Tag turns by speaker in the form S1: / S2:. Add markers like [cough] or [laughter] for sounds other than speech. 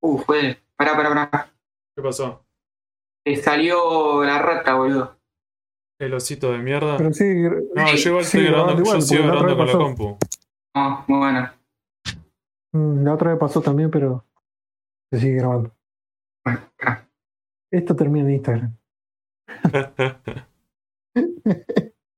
S1: Uh, fue. Pará, pará, pará.
S2: ¿Qué pasó?
S1: Te salió la rata, boludo.
S2: El osito de mierda.
S3: Pero sí,
S2: no, yo igual
S3: sí,
S2: estoy grabando,
S3: grabando igual,
S2: yo sigo
S3: porque la otra
S2: grabando con la
S3: vez
S2: compu.
S1: No, Oh, muy bueno.
S3: mm, la otra vez pasó también, pero se sigue grabando.
S1: Bueno, pará.
S3: [laughs] Esto termina en Instagram.